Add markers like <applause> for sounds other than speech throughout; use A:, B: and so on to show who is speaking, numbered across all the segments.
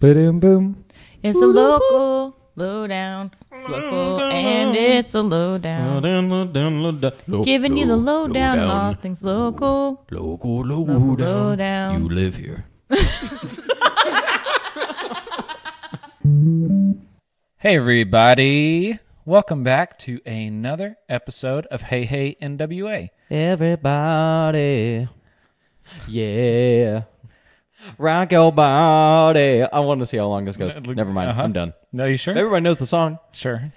A: Boom, boom.
B: It's a local lowdown. It's local and it's a lowdown. Giving you the lowdown on all things local.
C: Local
B: lowdown.
C: You live here.
D: Hey, everybody. Welcome back to another episode of Hey Hey NWA.
E: Everybody. Yeah. Rock your body. I want to see how long this goes. Never mind.
D: Uh-huh.
E: I'm done.
D: No, you sure?
E: Everybody knows the song.
D: Sure.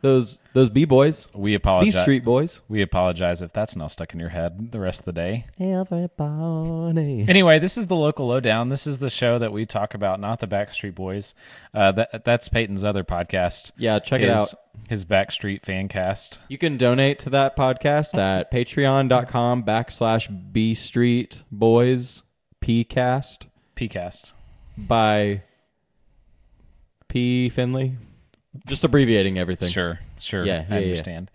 E: Those those B boys.
D: We
E: B
D: apologize.
E: Street Boys.
D: We apologize if that's not stuck in your head the rest of the day. <laughs>
E: Everybody.
D: Anyway, this is the local lowdown. This is the show that we talk about, not the Backstreet Boys. Uh, that that's Peyton's other podcast.
E: Yeah, check it
D: his,
E: out.
D: His Backstreet fan cast.
E: You can donate to that
D: Uh-huh.
E: podcast at patreon.com backslash B Street Boys PCast
D: PCast.
E: by P Finley. Just abbreviating everything.
D: Sure, sure.
E: Yeah, yeah,
D: I
E: yeah.
D: understand.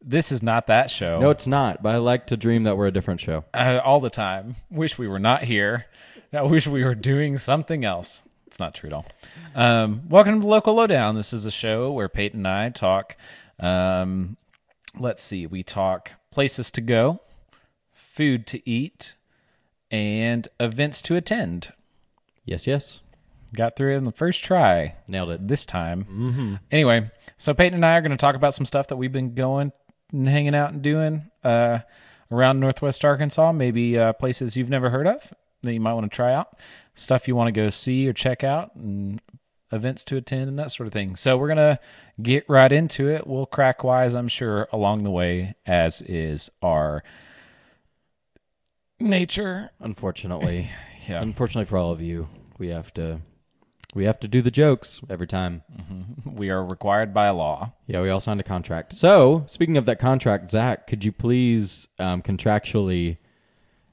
D: This is not that show.
E: No, it's not, but I like to dream that we're a different show.
D: uh, all the time. Wish we were not here. I wish we were doing something else. It's not true at all. Um, welcome to Local Lowdown. This is a show where Peyton and I talk. Um, let's see, we talk places to go, food to eat, and events to attend.
E: Yes, yes.
D: Got through it in the first try
E: Nailed it.
D: this time. Mm-hmm. Anyway, so Peyton and I are going to talk about some stuff that we've been going and hanging out and doing uh, around Northwest Arkansas, maybe uh, places you've never heard of that you might want to try out, stuff you want to go see or check out, and events to attend and that sort of thing. So we're going to get right into it. We'll crack wise, I'm sure, along the way, as is our nature.
E: <laughs> Unfortunately,
D: Yeah.
E: unfortunately for all of you, we have to we have to do the jokes every time.
D: We are required by law.
E: Yeah, we all signed a contract. So, speaking of that contract, Zach, could you please um, contractually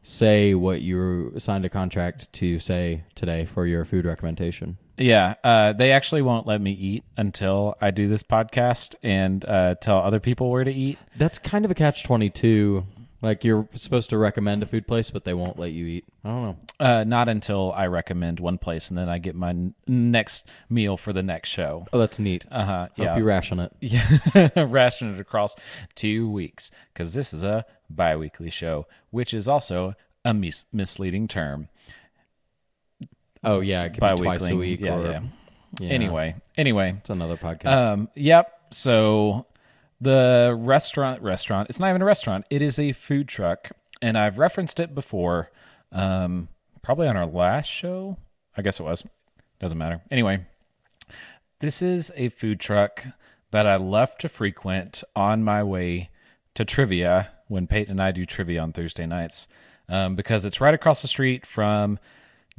E: say what you signed a contract to say today for your food recommendation?
D: Yeah, uh, they actually won't let me eat until I do this podcast and uh, tell other people where to eat.
E: That's kind of a catch twenty two. Like you're supposed to recommend a food place, but they won't let you eat. I don't know.
D: Uh, not until I recommend one place and then I get my n- next meal for the next show.
E: Oh, that's neat.
D: Uh huh.
E: Hope
D: Yeah.
E: you ration it.
D: <laughs> yeah. Ration it across two weeks because this is a bi weekly show, which is also a mis- misleading term.
E: Oh yeah, it could be twice a
D: Bi-weekly,
E: week.
D: yeah,
E: or,
D: yeah. Anyway, anyway,
E: it's another podcast.
D: Um, yep. So the restaurant, restaurant, it's not even a restaurant. It is a food truck. And I've referenced it before, um, probably on our last show. I guess it was. Doesn't matter. Anyway, this is a food truck that I left to frequent on my way to trivia when Peyton and I do trivia on Thursday nights um, because it's right across the street from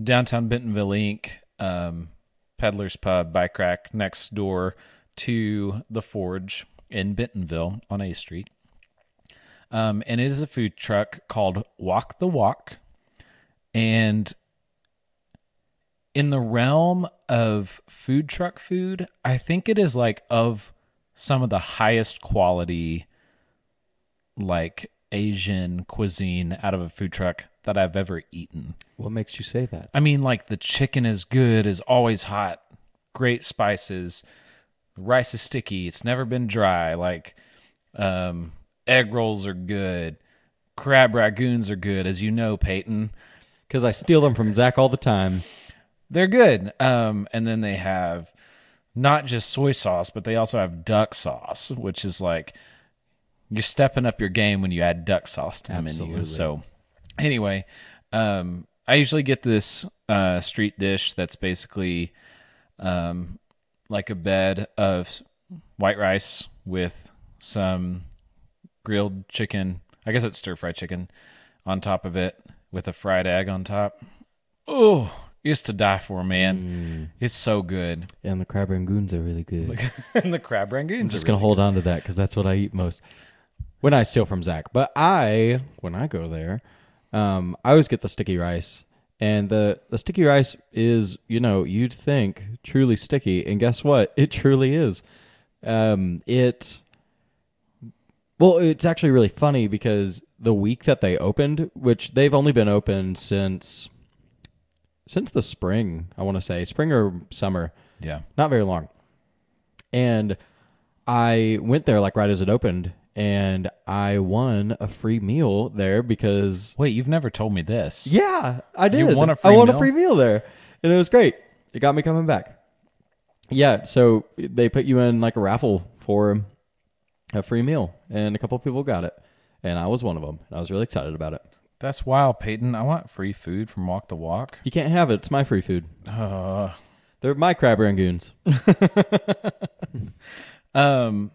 D: downtown Bentonville Inc., um, Peddler's Pub, Bike Rack, next door to The Forge in Bentonville on A Street. Um, and it is a food truck called Walk the Walk. And in the realm of food truck food, I think it is like of some of the highest quality like Asian cuisine out of a food truck that I've ever eaten.
E: what makes you say that?
D: I mean like the chicken is good, is always hot, great spices, the rice is sticky, it's never been dry, like um egg rolls are good, crab ragoons are good, as you know, Peyton.
E: Because I steal them from Zach all the time.
D: They're good. Um, and then they have not just soy sauce, but they also have duck sauce, which is like you're stepping up your game when you add duck sauce to the menu. So, anyway, um, I usually get this uh, street dish that's basically um, like a bed of white rice with some grilled chicken. I guess it's stir fried chicken on top of it with a fried egg on top. Oh, it's to die for, man. It's so good.
E: And the crab rangoons are really good.
D: <laughs>
E: <laughs>
D: and the crab rangoons.
E: I'm just going to hold on to that because that's what I eat most when I steal from Zach. But I, when I go there, um, I always get the sticky rice. And the, the sticky rice is, you know, you'd think truly sticky. And guess what? It truly is. Um, it, well, it's actually really funny because the week that they opened, which they've only been open since since the spring, I want to say, spring or summer,
D: Yeah.
E: not very long. And I went there like right as it opened and I won a free meal there because
D: Wait, you've never told me this.
E: yeah, I did.
D: won a
E: I
D: free
E: won a
D: meal?
E: free meal there, and it was great. It got me coming back. Yeah, so they put you in like a raffle for a free meal, and a couple people got it, and I was one of them. And I was really excited about it.
D: That's wild, Peyton. I want free food from Walk the Walk.
E: You can't have it; it's my free food.
D: Uh,
E: They're my crab rangoons.
D: Um,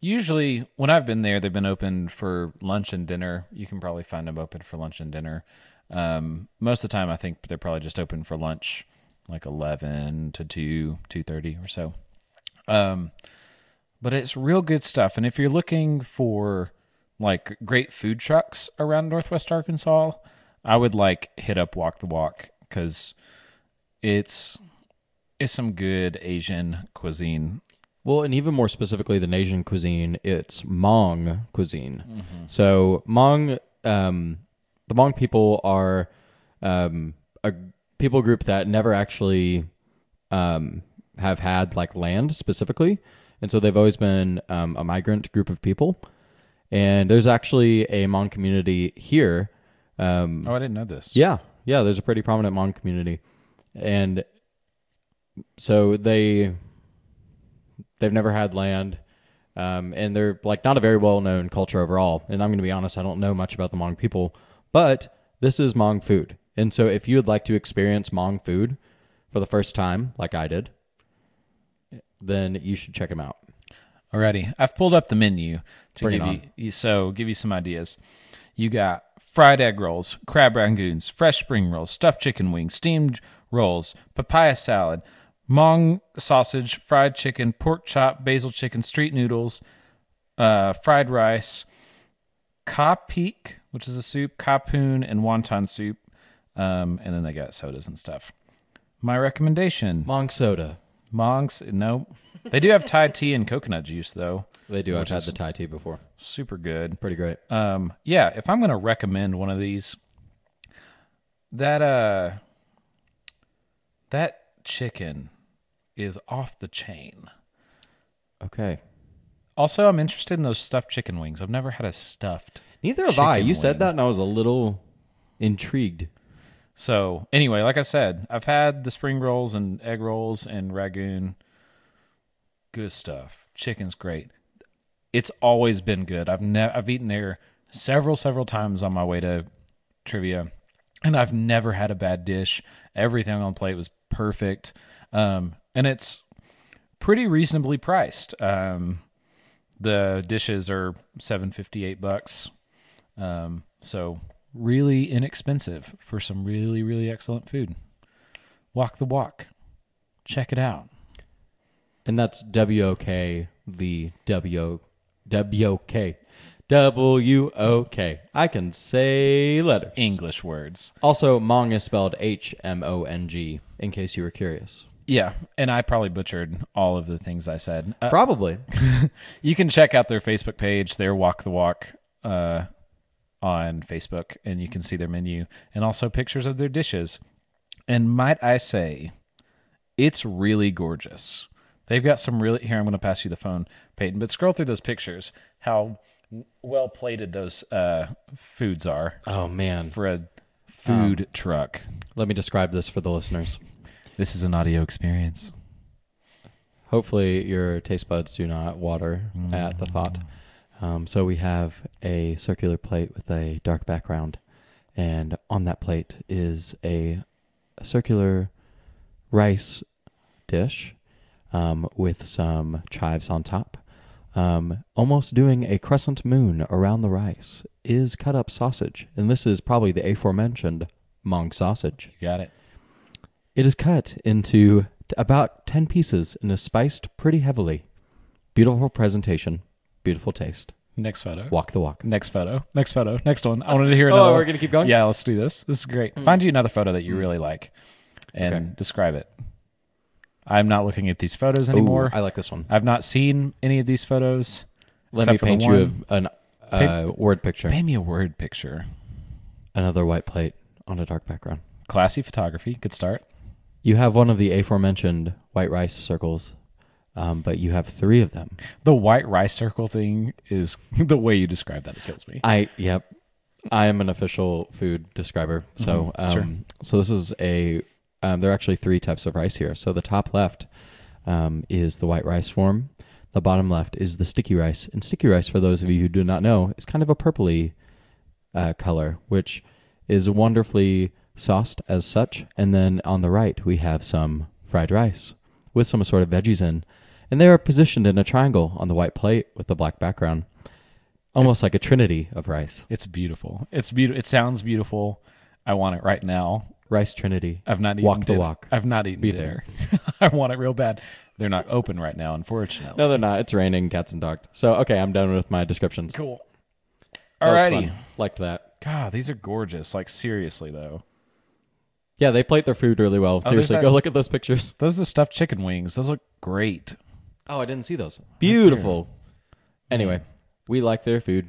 D: usually when I've been there, they've been open for lunch and dinner. You can probably find them open for lunch and dinner. Um, most of the time, I think they're probably just open for lunch, like eleven to two, two thirty or so. Um, but it's real good stuff. And if you're looking for like great food trucks around Northwest Arkansas, I would like hit up Walk the Walk because it's it's some good Asian cuisine
E: Well, and even more specifically than Asian cuisine, it's Hmong cuisine. So Hmong, um, the Hmong people are um, a people group that never actually um, have had like land specifically, and so they've always been um, a migrant group of people. And there's actually a Hmong community here. Um,
D: Oh, I didn't know this.
E: Yeah, yeah. There's a pretty prominent Hmong community, and so they they've never had land, um, and they're like not a very well known culture overall. And I'm going to be honest, I don't know much about the Hmong people, but this is Hmong food, and so if you would like to experience Hmong food for the first time, like I did, then you should check them out.
D: Alrighty, I've pulled up the menu to
E: Bring it
D: give
E: on.
D: you so give you some ideas. You got fried egg rolls, crab rangoons, fresh spring rolls, stuffed chicken wings, steamed rolls, papaya salad, mong sausage, fried chicken, pork chop, basil chicken, street noodles, uh, fried rice, ka peak, which is a soup, kapoon, and wonton soup, um, and then they got sodas and stuff. My recommendation:
E: Hmong soda.
D: Monks, no. They do have Thai tea and coconut juice though.
E: They do. I've had the Thai tea before.
D: Super good.
E: Pretty great.
D: Um, yeah, if I'm gonna recommend one of these, that uh that chicken is off the chain.
E: Uh, Okay.
D: Also, I'm interested in those stuffed chicken wings. I've never had a stuffed.
E: Neither have I.
D: Chicken
E: You said
D: wing.
E: that, and I was a little intrigued.
D: So anyway, like I said, I've had the spring rolls and egg rolls and ragoon. Good stuff. Chicken's great. It's always been good. I've ne- I've eaten there several several times on my way to trivia, and I've never had a bad dish. Everything on the plate was perfect, um, and it's pretty reasonably priced. Um, the dishes are seven fifty eight bucks. Um, so really inexpensive for some really really excellent food. Walk the walk. Check it out.
E: And that's W O K the W W O K W O K. I can say letters.
D: English words.
E: Also, Mong is spelled H M O N G. In case you were curious,
D: Yeah, and I probably butchered all of the things I said. Uh,
E: probably.
D: you can check out their Facebook page, their Walk the Walk, uh, on Facebook, and you can see their menu and also pictures of their dishes. And might I say, it's really gorgeous. They've got some really here. I'm going to pass you the phone, Peyton. But scroll through those pictures. How well plated those uh, foods are
E: <laughs> Oh man,
D: for a food truck.
E: let me describe this for the listeners.
D: This is an audio experience.
E: Hopefully, your taste buds do not water at the thought. Um, so, we have a circular plate with a dark background, and on that plate is a, a circular rice dish um, with some chives on top. Um, almost doing a crescent moon around the rice is cut up sausage, and this is probably the aforementioned Hmong sausage.
D: You got it.
E: It is cut into t- about 10 pieces and is spiced pretty heavily. Beautiful presentation, beautiful taste.
D: Next photo.
E: Walk the walk.
D: Next photo. Next photo. Next one. I wanted to hear another.
E: Oh, we're
D: one.
E: gonna keep going?
D: Yeah, let's do this. This is great. Find you another photo that you really like, and
E: Hmm. Okay.
D: describe it. I'm not looking at these photos anymore.
E: I like this one.
D: I, have not seen any of these photos.
E: Let
D: except
E: me
D: for the
E: paint you
D: one-
E: a, an uh, word picture.
D: Paint me a word picture.
E: Another white plate on a dark background.
D: Classy photography. Good start.
E: You have one of the aforementioned white rice circles, um, but you have three of them.
D: The white rice circle thing is <laughs> the way you describe that. It kills me.
E: I yep. I am an official food describer. So um, so this is a um, there are actually three types of rice here. So the top left um, is the white rice form. The bottom left is the sticky rice, and sticky rice, for those of you who do not know, is kind of a purpley uh, color, which is wonderfully sauced as such. And then on the right, we have some fried rice with some sort of veggies in. And they are positioned in a triangle on the white plate with the black background, almost like a trinity of rice.
D: It's beautiful. It's beautiful. It sounds beautiful. I want it right now.
E: Rice trinity.
D: I've not eaten
E: Walk the
D: dinner.
E: walk.
D: I've not eaten dinner. <laughs> I want it real bad. They're not open right now, unfortunately.
E: No, they're not. It's raining cats and dogs. So, okay, I'm done with my descriptions.
D: Cool.
E: That was
D: Alrighty.
E: fun. Liked that.
D: God, these are gorgeous. Like seriously though.
E: Yeah, they plate their food really well. Seriously,
D: Oh, that-
E: go look at those pictures.
D: Those are the stuffed chicken wings. Those look great.
E: <laughs> Oh, I didn't see those. Beautiful. Anyway, we like their food.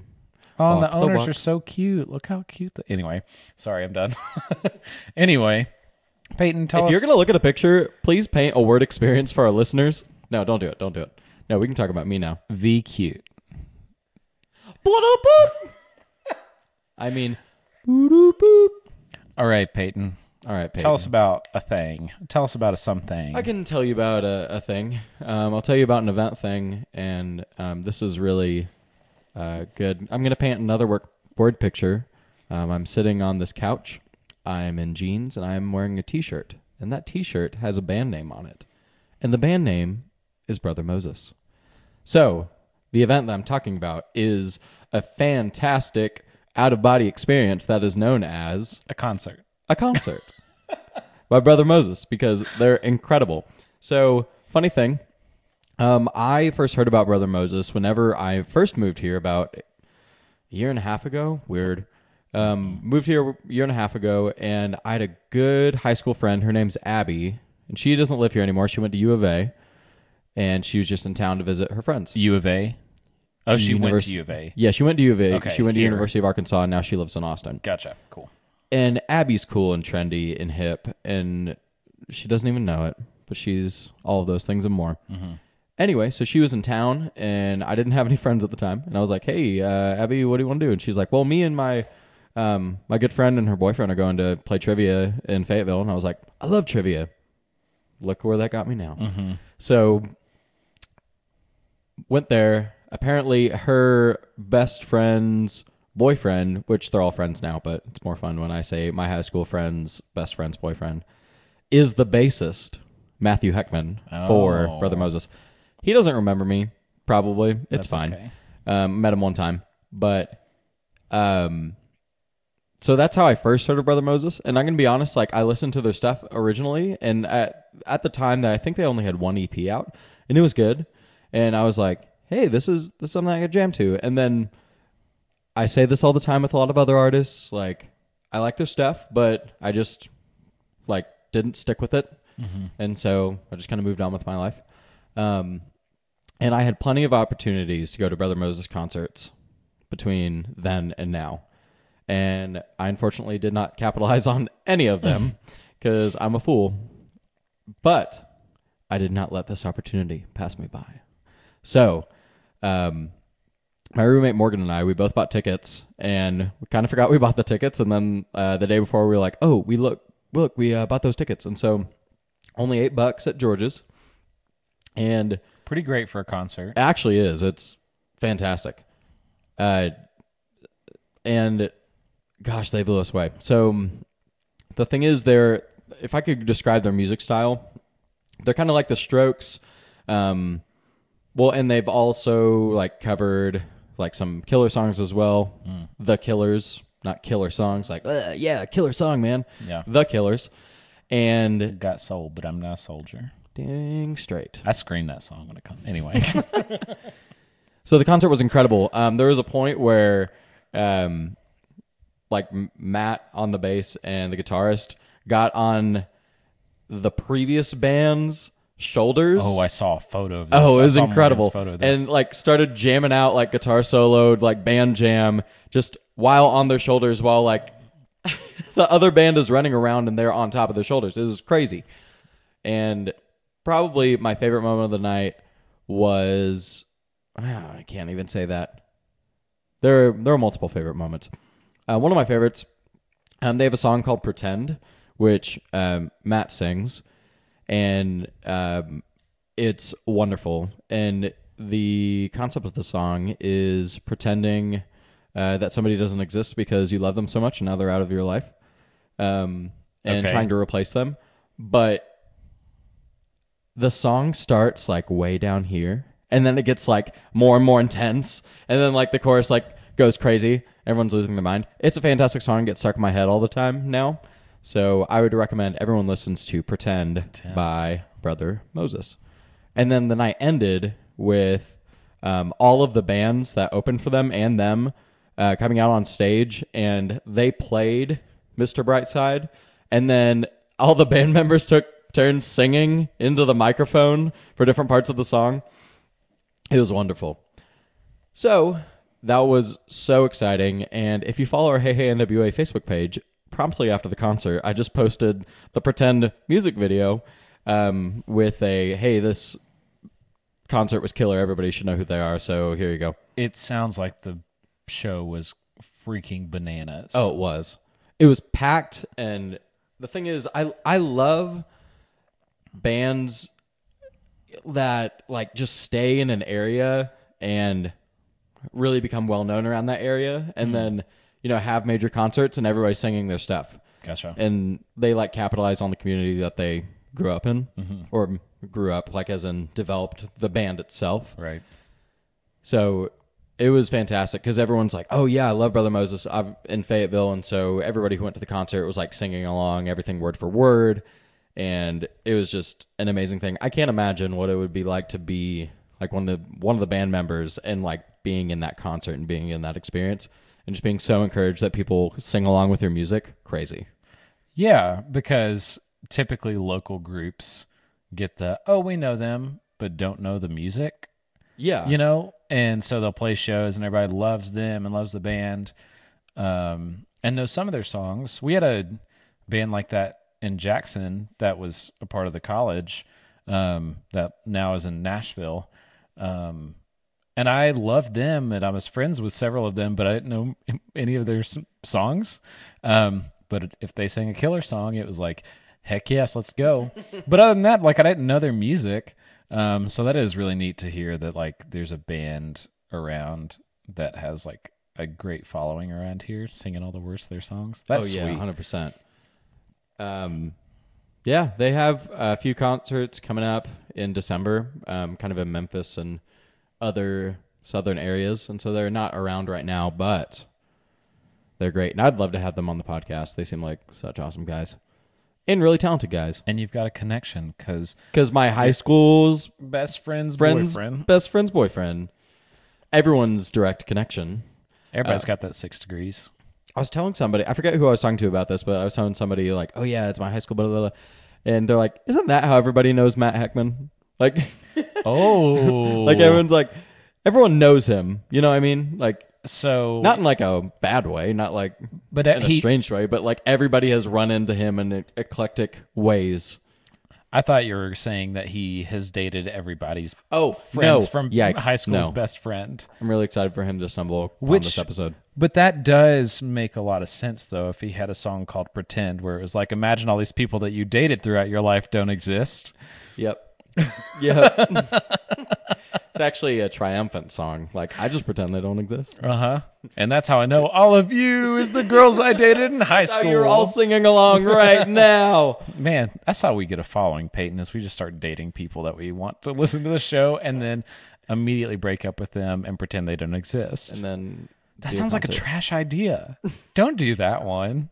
D: Oh, and
E: Walk
D: the
E: the
D: owners
E: walk.
D: are so cute. Look how cute. The- anyway, sorry, I'm done. <laughs> anyway, Peyton, tell
E: if
D: us.
E: you're going to look at a picture, please paint a word experience for our listeners. No, don't do it. Don't do it. No, we can talk about me now.
D: V cute.
E: I mean, boop, boop.
D: All right, Peyton.
E: All right, Peyton.
D: Tell us about a thing. Tell us about a something.
E: I can tell you about a, a thing. Um, I'll tell you about an event thing, and um, this is really uh, good. I'm going to paint another work board picture. Um, I'm sitting on this couch. I'm in jeans, and I'm wearing a T-shirt, and that T-shirt has a band name on it, and the band name is Brother Moses. So the event that I'm talking about is a fantastic out-of-body experience that is known as
D: A concert.
E: a
D: <laughs>
E: concert by Brother Moses because they're incredible. So, funny thing, um, I first heard about Brother Moses whenever I first moved here about a year and a half ago. Weird. Um, moved here a year and a half ago, and I had a good high school friend. Her name's Abby, and she doesn't live here anymore. She went to U of A, and she was just in town to visit her friends.
D: U of A. Oh, she went
E: Univers-
D: to U of A.
E: Yeah, she went to U of A.
D: Okay,
E: she went to
D: here.
E: University of Arkansas, and now she lives in Austin
D: Gotcha. Cool.
E: and Abby's cool and trendy and hip, and she doesn't even know it, but she's all of those things and more. Anyway, so she was in town, and I didn't have any <laughs> friends at the time, and I was like, "Hey, uh, Abby, what do you want to do?" And she's like, "Well, me and my um, my good friend and her boyfriend are going to play trivia in Fayetteville," and I was like, "I love trivia. Look where that got me now." So went there. Apparently, her best friend's boyfriend, which they're all friends now, but it's more fun when I say my high school friend's best friend's boyfriend, is the bassist, Matthew Heckman, for Brother Moses. He doesn't remember me, probably. It's fine.
D: okay.
E: Um, met him one time, but um, so that's how I first heard of Brother Moses. And I'm gonna be honest, like I listened to their stuff originally, and at at the time that I think they only had one EP out, and it was good. And I was like, hey, this is this is something I could jam to. And then I say this all the time with a lot of other artists, like I like their stuff, but I just like didn't stick with it, and so I just kind of moved on with my life. Um, and I had plenty of opportunities to go to Brother Moses concerts between then and now. And I unfortunately did not capitalize <laughs> on any of them because I'm a fool. But I did not let this opportunity pass me by. So, um, my roommate Morgan and I, we both bought tickets, and we kind of forgot we bought the tickets. And then uh, the day before, we were like, "Oh, we look, look, we uh, bought those tickets." And so, only eight bucks at George's, and
D: Pretty great for a concert.
E: it actually is. It's fantastic. Uh, and gosh, they blew us away. So um, the thing is, they're if I could describe their music style, they're kind of like the Strokes. Um, well, and they've also like covered like some killer songs as well. The Killers, not killer songs, like "Ugh, yeah, killer song, man.
D: Yeah.
E: The Killers, and
D: Got sold, but I'm not a soldier.
E: dang straight.
D: I screamed that song when it comes.
E: <laughs>
D: Anyway,
E: So the concert was incredible. Um, there was a point where, um, like M- Matt on the bass and the guitarist got on the previous band's shoulders.
D: oh, I saw a photo of this.
E: Oh,
D: I
E: it was
D: saw Morgan's
E: incredible.
D: Photo of this.
E: And like started jamming out like guitar soloed, like band jam, just while on their shoulders, while like <laughs> the other band is running around and they're on top of their shoulders. It was crazy. And probably my favorite moment of the night was ah, I can't even say that. There, there are multiple favorite moments. Uh, one of my favorites, um, they have a song called "Pretend," which um, Matt sings, and um, it's wonderful. And the concept of the song is pretending uh, that somebody doesn't exist because you love them so much and now they're out of your life, um, and
D: Okay.
E: trying to replace them. But the song starts like way down here and then it gets like more and more intense and then like the chorus like goes crazy everyone's losing their mind it's a fantastic song gets stuck in my head all the time now so i would recommend everyone listens to pretend by brother moses and then the night ended with um, all of the bands that opened for them and them uh, coming out on stage and they played Mr. Brightside. And then all the band <laughs> members took turns singing into the microphone for different parts of the song. It was wonderful. So that was so exciting. And if you follow our Hey Hey NWA Facebook page, promptly after the concert, I just posted the pretend music video um, with a hey, this concert was killer. Everybody should know who they are. So here you go.
D: It sounds like the show was freaking bananas.
E: Oh, it was. It was packed, and the thing is, I I love bands that like just stay in an area and really become well known around that area, and then you know have major concerts and everybody's singing their stuff,
D: gotcha.
E: and they like capitalize on the community that they grew up in or grew up like as in developed the band itself.
D: right.
E: So it was fantastic because everyone's like, "Oh yeah, I love Brother Moses." I'm in Fayetteville, and so everybody who went to the concert was like singing along, everything word for word, and it was just an amazing thing. I can't imagine what it would be like to be like one of the one of the band members and like being in that concert and being in that experience and just being so encouraged that people sing along with your music. Crazy.
D: Yeah, because typically local groups get the oh we know them but don't know the music,
E: Yeah.
D: you know, and so they'll play shows and everybody loves them and loves the band, um, and knows some of their songs. We had a band like that in Jackson that was a part of the college um, that now is in Nashville. Um, and I loved them, and I was friends with several of them, but I didn't know any of their s- songs. Um, but if they sang a killer song, it was like, heck yes, let's go. but other than that, like I didn't know their music. Um, so that is really neat to hear that like there's a band around that has like a great following around here, singing all the worst of their songs. That's
E: oh yeah,
D: sweet.
E: hundred percent. Um, yeah, they have a few concerts coming up in December, um, kind of in Memphis and other southern areas, and so they're not around right now, but they're great, and I'd love to have them on the podcast. They seem like such awesome guys and really talented guys.
D: and you've got a connection because
E: Because my high school's
D: best friend's uh,
E: friend's
D: boyfriend.
E: best friend's boyfriend, everyone's direct connection.
D: Everybody's got that six degrees.
E: I was telling somebody, I forget who I was talking to about this, but I was telling somebody like, "Oh yeah, it's my high school," blah blah, blah. and they're like, "Isn't that how everybody knows Matt Heckman?" <laughs> Like,
D: <laughs> Oh,
E: like everyone's like, everyone knows him. You know what I mean? Like,
D: so
E: not in like a bad way, not like
D: but uh,
E: in a
D: he,
E: strange way, but like everybody has run into him in e-, eclectic ways.
D: I thought you were saying that he has dated everybody's
E: Oh,
D: friends from
E: yikes,
D: high school's
E: no.
D: best friend.
E: I'm really excited for him to stumble on
D: Which-
E: this episode.
D: But that does make a lot of sense, though, if he had a song called Pretend, where it was like, imagine all these people that you dated throughout your life don't exist.
E: <laughs> Yep.
D: <laughs>
E: yep. it's actually a triumphant song. Like, I just pretend they don't exist.
D: Uh huh. And that's how I know all of you is the girls I dated <laughs> in high
E: So
D: school.
E: Oh, you're all singing along <laughs> right now.
D: Man, that's how we get a following, Peyton, is we just start dating people that we want to listen to the show and then immediately break up with them and pretend they don't exist.
E: And then
D: that sounds like a trash idea. don't do that one.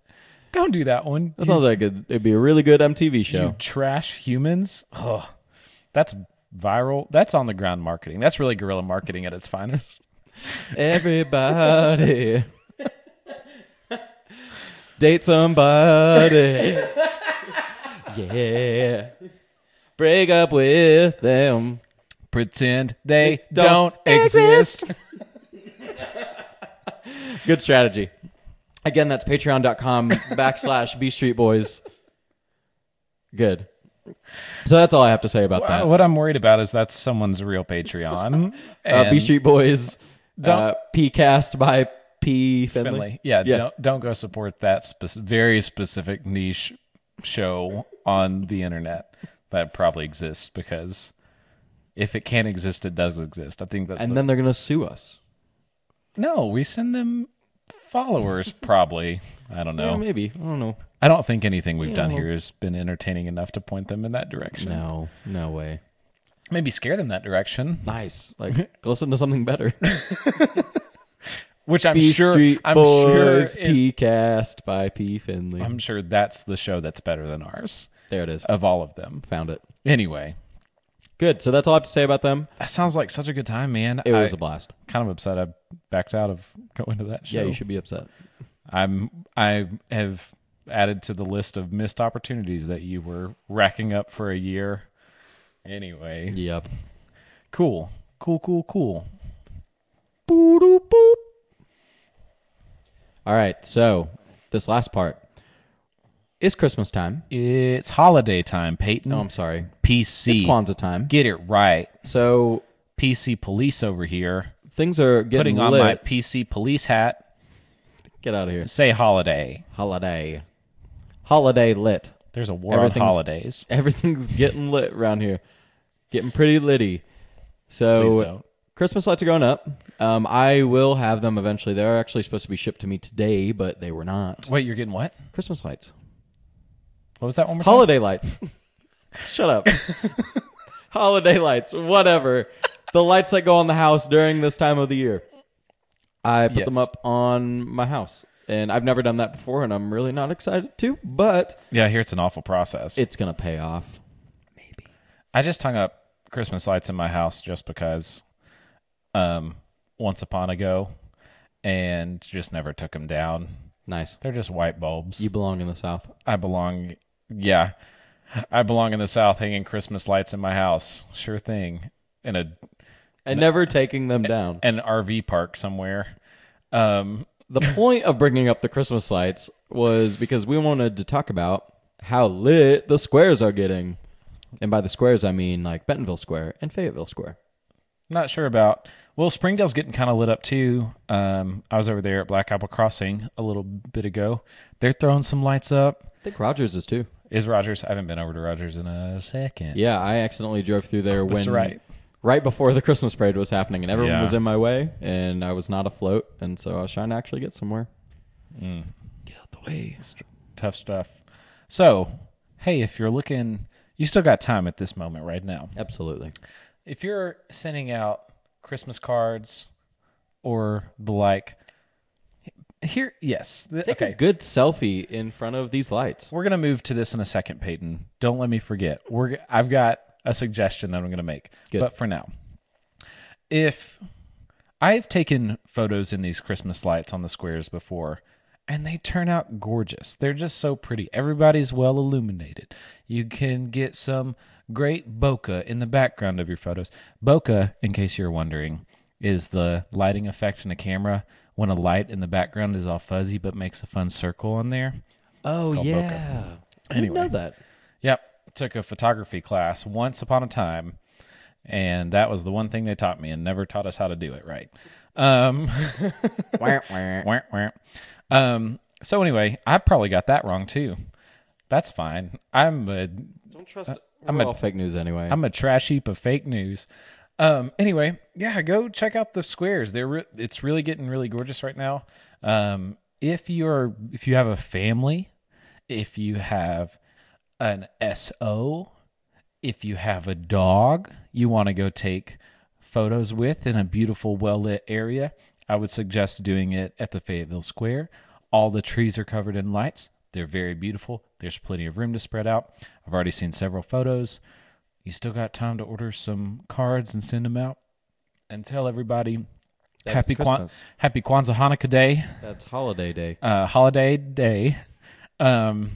D: Don't do that one.
E: that sounds like a, it'd be a really good MTV
D: You
E: show.
D: trash humans. Oh, that's viral. That's on the ground marketing. That's really guerrilla marketing at its finest.
E: Everybody <laughs> date somebody. yeah. Break up with them.
D: Pretend they
E: don't
D: don't, exist.
E: Good strategy. Again, that's patreon.com backslash B Street Boys. Good. So that's all I have to say about
D: Uh,
E: that.
D: what I'm worried about is that's someone's real Patreon.
E: <laughs> Uh, B
D: and
E: Street Boys, uh,
D: Don't-
E: P cast by P Finley.
D: Finley. Yeah,
E: Yeah.
D: Don't, don't go support that spec- very specific niche show on the internet that probably exists because if it can't exist, it does exist. I think that's
E: And
D: the-
E: then they're going to sue us.
D: no. We send them <laughs> followers probably. I don't know.
E: Yeah, maybe. I don't know.
D: I don't think anything we've done here has been entertaining enough to point them in that direction.
E: No, no way.
D: Maybe scare them that direction,
E: Nice. Like, <laughs> listen to something better.
D: which
E: <laughs>
D: I'm
E: B
D: sure
E: Street
D: I'm sure
E: Boys,
D: it-
E: P cast by P Finley.
D: I'm sure that's the show that's better than ours
E: there it is.
D: of all of them.
E: uh, Found it.
D: Anyway,
E: Good. So that's all I have to say about them.
D: that sounds like such a good time, man.
E: It was a
D: I-
E: blast.
D: kind of upset I backed out of going to that show.
E: Yeah, you should be upset.
D: I'm I have added to the list of missed opportunities that you were racking up for a year. Anyway,
E: Yep.
D: cool. Cool, cool, cool.
E: All right. So this last part is Christmas time.
D: It's holiday time, Peyton.
E: No, I'm sorry.
D: PC.
E: Mm-hmm. Um, It's Kwanzaa time.
D: Get it right.
E: So
D: PC police over here.
E: things are getting
D: Putting on
E: lit.
D: my PC police hat.
E: Get out of here.
D: Say holiday.
E: Holiday. Holiday lit. <laughs>
D: There's a war on
E: Everything's-
D: holidays. <laughs>
E: Everything's getting lit around here. Getting pretty litty.
D: Please
E: So
D: don't.
E: Christmas lights are going up. Um, I will have them eventually. They're actually supposed to be shipped to me today, but they were not.
D: Wait, you're getting what?
E: Christmas lights.
D: What was that one more time?
E: Holiday lights. Shut up. Holiday lights, whatever. The lights that go on the house during this time of the year. I put them
D: Yes.
E: up on my house. And I've never done that before, and I'm really not excited to, but
D: Yeah, here it's an awful process.
E: it's going to pay off. Maybe.
D: I just hung up Christmas lights in my house just because um once upon a go and just never took them down.
E: Nice.
D: They're just white bulbs.
E: You belong in the South.
D: I belong yeah. I belong in the south hanging Christmas lights in my house. Sure thing. In a
E: And never taking them down.
D: an RV park somewhere. Um
E: The point of bringing up the Christmas lights was because we wanted to talk about how lit the squares are getting. And by the squares, I mean like Bentonville Square and Fayetteville Square.
D: not sure about. Well, Springdale's getting kind of lit up too. Um, I was over there at Black Apple Crossing a little bit ago. They're throwing some lights up.
E: I think Rogers is too.
D: Is Rogers? I haven't been over to Rogers in a second.
E: Yeah, I accidentally drove through there
D: that's
E: when
D: right.
E: right before the Christmas parade was happening, and everyone
D: Yeah.
E: was in my way, and I was not afloat, and so I was trying to actually get somewhere. Get out the way.
D: Tough stuff. So, hey, if you're looking, you still got time at this moment right now.
E: Absolutely.
D: If you're sending out Christmas cards or the like, here, yes. th-
E: Take a good selfie in front of these lights.
D: We're gonna move to this in a second, Peyton. Don't let me forget. We're g- I've got a suggestion that I'm gonna make.
E: Good.
D: But for now, if I've taken photos in these Christmas lights on the squares before, and they turn out gorgeous. They're just so pretty. Everybody's well illuminated. You can get some great bokeh in the background of your photos. Bokeh, in case you're wondering, is the lighting effect in a camera when a light in the background is all fuzzy but makes a fun circle on there.
E: Oh
D: called
E: yeah. I didn't
D: Anyway.
E: know that.
D: Yep. Took a photography class once upon a time. And that was the one thing they taught me and never taught us how to do it right. Um, <laughs> wah, wah. um, so, anyway, I probably got that wrong too. That's fine. I'm a,
E: Don't trust.
D: I'm
E: I'm
D: a-
E: all fake news anyway.
D: I'm a trash heap of fake news. Um, anyway, yeah, go check out the squares. They're re- it's really getting really gorgeous right now. Um, if you're if you have a family, if you have an SO, if you have a dog you want to go take photos with in a beautiful, well lit area, I would suggest doing it at the Fayetteville Square. All the trees are covered in lights. They're very beautiful. There's plenty of room to spread out. I've already seen several photos. You still got time to order some cards and send them out and tell everybody happy, Kwan-
E: Christmas.
D: happy Kwanzaa Hanukkah Day
E: That's holiday day.
D: uh, holiday day. Um,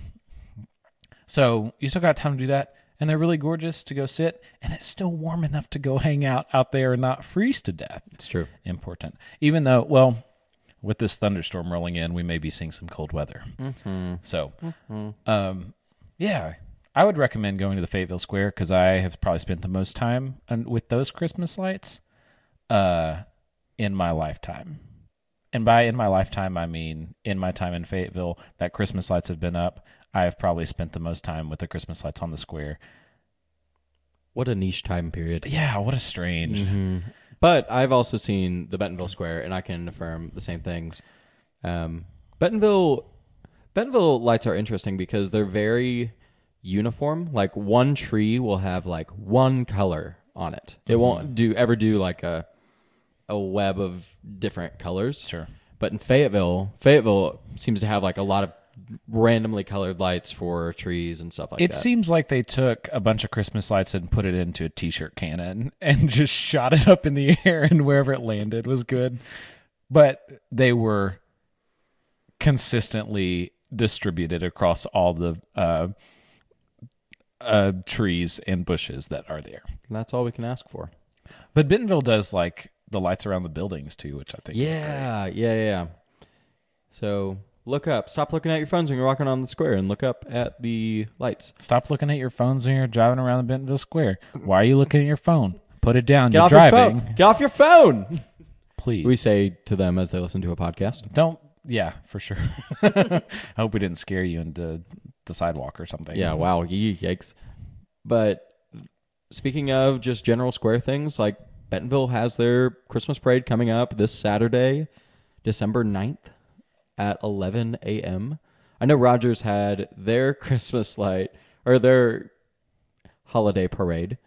D: so you still got time to do that. And they're really gorgeous to go sit, and it's still warm enough to go hang out out there and not freeze to death.
E: It's true.
D: Important. Even though, well, with this thunderstorm rolling in, we may be seeing some cold weather. So, Um, yeah, I would recommend going to the Fayetteville Square because I have probably spent the most time on, with those Christmas lights uh, in my lifetime. And by in my lifetime, I mean in my time in Fayetteville that Christmas lights have been up. I have probably spent the most time with the Christmas lights on the square.
E: What a niche time period.
D: Yeah, what a strange.
E: But I've also seen the Bentonville Square, and I can affirm the same things. Um, Bentonville, Bentonville lights are interesting because they're very uniform. Like one tree will have like one color on it. It
D: Mm-hmm.
E: won't do ever do like a a web of different colors.
D: Sure.
E: But in Fayetteville, Fayetteville seems to have like a lot of randomly colored lights for trees and stuff like
D: It
E: that.
D: seems like they took a bunch of Christmas lights and put it into a t-shirt cannon <laughs> and just shot it up in the <laughs> air and wherever it landed was good. But they were consistently distributed across all the uh, uh, trees and bushes that are there.
E: And that's all we can ask for.
D: But Bentonville does like the lights around the buildings too, which I think is
E: Yeah, yeah, yeah, yeah. So look up. Stop looking at your phones when you're walking on the square and look up at the lights.
D: Stop looking at your phones when you're driving around the Bentonville Square. Why are you looking at your phone? Put it down.
E: Get
D: you're
E: off
D: driving.
E: your phone. Get off your phone. <laughs>
D: Please.
E: We say to them as they listen to a podcast.
D: Don't. Yeah, for sure. <laughs> I hope we didn't scare you into the sidewalk or something.
E: Yeah, wow, ye- yikes. But speaking of just general square things, like Bentonville has their Christmas parade coming up this Saturday, December 9th at 11 a.m. I know Rogers had their <laughs> Christmas light or their holiday parade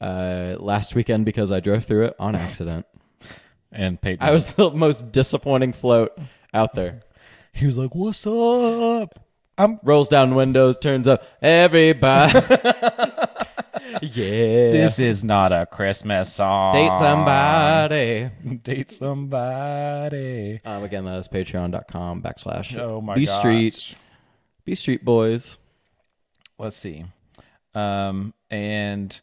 E: uh, last weekend because I drove through it on accident.
D: And Peyton,
E: I was the most disappointing float out there.
D: He was like, "What's up?" I'm.
E: Rolls down windows, turns up,
D: <laughs>
E: everybody. yeah.
D: This is not a Christmas song.
E: Date somebody.
D: <laughs> Date somebody.
E: Um, again, that is patreon.com backslash
D: Oh my
E: B
D: gosh.
E: Street. B Street Boys.
D: Let's see. Um and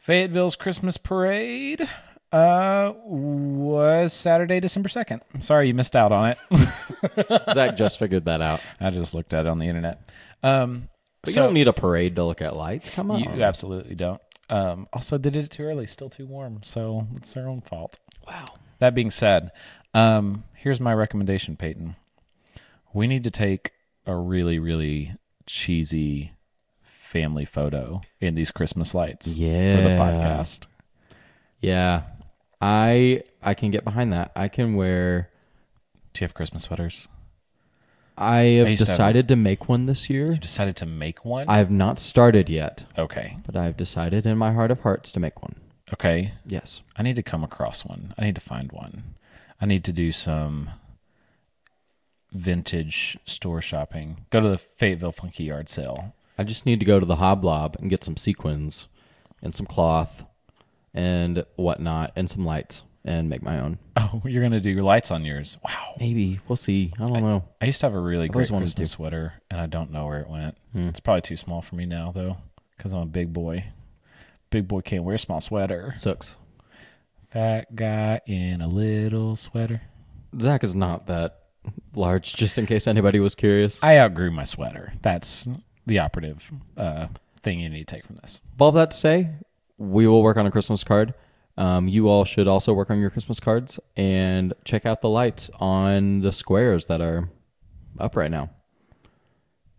D: Fayetteville's Christmas parade uh was Saturday, December second. Sorry you missed out on it. <laughs>
E: Zach just figured that out.
D: I just looked at it on the internet. Um
E: But
D: so-
E: you don't need a parade to look at lights. Come on.
D: You absolutely don't. Um, also, they did it too early, still too warm, so it's their own fault.
E: wow.
D: That being said, um, here's my recommendation, Peyton. We need to take a really, really cheesy family photo in these Christmas lights for the
E: Yeah.
D: podcast.
E: Yeah. I I can get behind that. I can wear
D: Do you have Christmas sweaters?
E: I
D: I
E: have
D: used to have
E: decided to make one this year.
D: Decided to make one.
E: I have not started yet,
D: okay,
E: but I've decided in my heart of hearts to make one.
D: okay.
E: Yes.
D: I need to come across one. I need to find one. I need to do some vintage store shopping. Go to the Fayetteville Funky Yard sale.
E: I just need to go to the Hoblob and get some sequins and some cloth and whatnot and some lights and make my own.
D: Oh, <laughs> you're gonna do your lights on yours. Wow.
E: Maybe. We'll see. I don't know.
D: I used to have a really great
E: always wanted
D: Christmas sweater, and I don't know where it went. It's probably too small for me now, though, because I'm a big boy. Big boy can't wear small sweater.
E: Sucks.
D: Fat guy in a little sweater.
E: Zach is not that large, just in case anybody was curious.
D: I outgrew my sweater. That's the operative uh, thing you need to take from this.
E: All that to say, we will work on a Christmas card. Um, you all should also work on your Christmas cards and check out the lights on the squares that are up right now.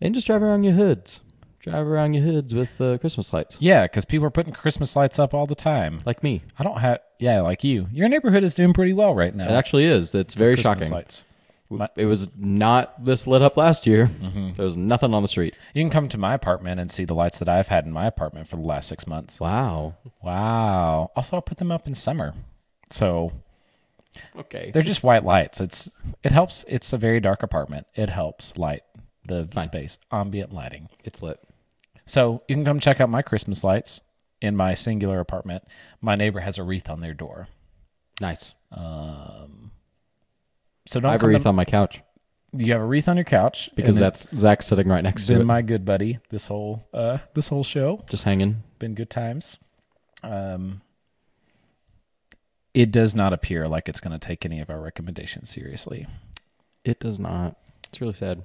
E: And just drive around your hoods. Drive around your hoods with uh, Christmas lights,
D: Yeah, because people are putting Christmas lights up all the time.
E: like me.
D: I don't have. Yeah, like you. Your neighborhood is doing pretty well right now.
E: It actually is. It's very
D: Christmas
E: shocking.
D: lights.
E: It was not this lit up last year. There was nothing on the street.
D: You can come to my apartment and see the lights that I've had in my apartment for the last six months.
E: Wow.
D: Wow. Also, I put them up in summer, so
E: Okay.
D: they're just white lights. It's it helps. It's a very dark apartment. It helps light the space, ambient lighting.
E: It's lit.
D: So you can come check out my Christmas lights in my singular apartment. My neighbor has a wreath on their door,
E: Nice.
D: so
E: I
D: don't
E: have a
D: come.
E: wreath
D: To,
E: on my couch
D: you have a wreath on your couch
E: because
D: and
E: that's Zach sitting right next
D: it's
E: to
D: been
E: it,
D: my good buddy this whole uh this whole show.
E: just hanging.
D: been good times. Um, it does not appear like it's going to take any of our recommendations seriously.
E: It does not. Uh, It's really sad.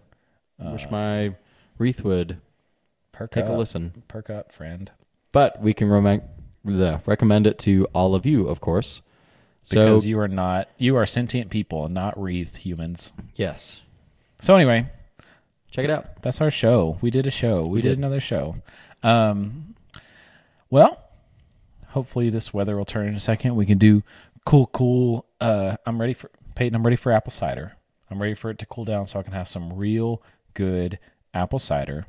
E: Wish my wreath would
D: Perk
E: take
D: up,
E: a listen.
D: Perk up, friend.
E: But we can rem- the, recommend it to all of you, of course. So,
D: Because you are not you are sentient people and not wreath humans.
E: yes.
D: So anyway,
E: Check it out.
D: that's our show. We did a show. We, did.
E: did.
D: another show. Um, well, hopefully this weather will turn in a second. We can do cool, cool. Uh, I'm ready for Peyton. I'm ready for apple cider. I'm ready for it to cool down so I can have some real good apple cider.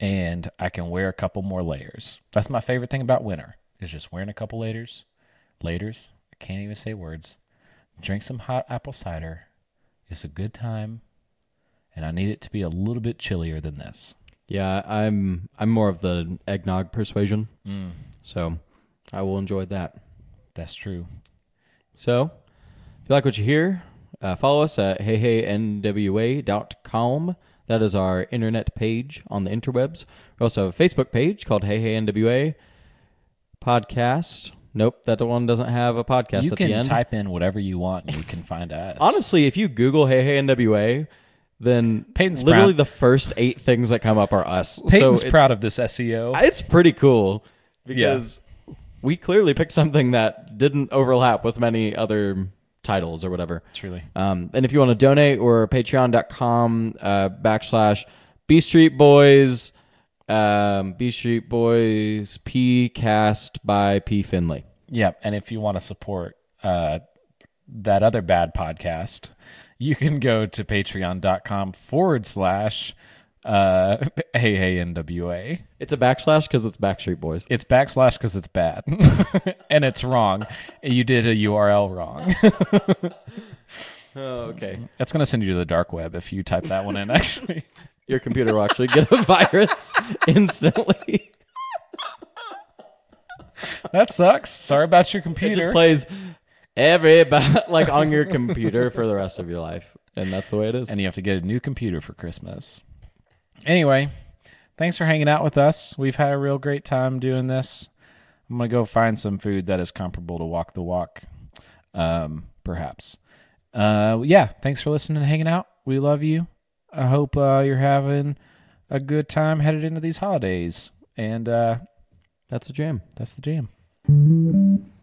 D: And I can wear a couple more layers. That's my favorite thing about winter is just wearing a couple layers. Layers. I can't even say words. Drink some hot apple cider. It's a good time and I need it to be a little bit chillier than this.
E: Yeah, I'm I'm more of the eggnog persuasion. So I will enjoy that.
D: That's true.
E: So if you like what you hear, uh, follow us at heyheynwa.com. That is our internet page on the interwebs. We also have a Facebook page called Hey Hey NWA Podcast. Nope, that one doesn't have a podcast
D: you
E: at
D: can
E: the end.
D: type in whatever you want and you can find us.
E: <laughs> Honestly, if you Google Hey Hey NWA, then
D: Peyton's
E: literally
D: proud.
E: the first eight things that come up are us.
D: Peyton's
E: so it's-
D: proud of this E SEO.
E: it's pretty cool because we clearly picked something that didn't overlap with many other titles or whatever.
D: Truly.
E: Um, and if you want to donate, we're patreon.com uh, backslash B Street Boys, um, B Street Boys, P cast by P Finley.
D: Yep. And if you want to support uh, that other bad podcast, <laughs> you can go to patreon.com forward slash uh, <laughs> hey, hey, NWA.
E: It's a backslash because it's Backstreet Boys.
D: It's backslash because it's bad <laughs> and it's wrong. You did a URL wrong. <laughs>
E: Oh, okay.
D: That's going to send you to the dark web if you type that one in, <laughs> actually.
E: Your computer will actually get a <laughs> virus instantly.
D: That sucks. Sorry about your computer.
E: It just plays everybody <laughs> like on your computer for the rest of your life, and that's the way it is.
D: and you have to get a new computer for Christmas. Anyway, thanks for hanging out with us. We've had a real great time doing this. I'm gonna go find some food that is comparable to walk the walk, um, perhaps. Uh, yeah, thanks for listening and hanging out. We love you. I hope uh, you're having a good time headed into these holidays. And uh,
E: That's a jam.
D: that's the jam.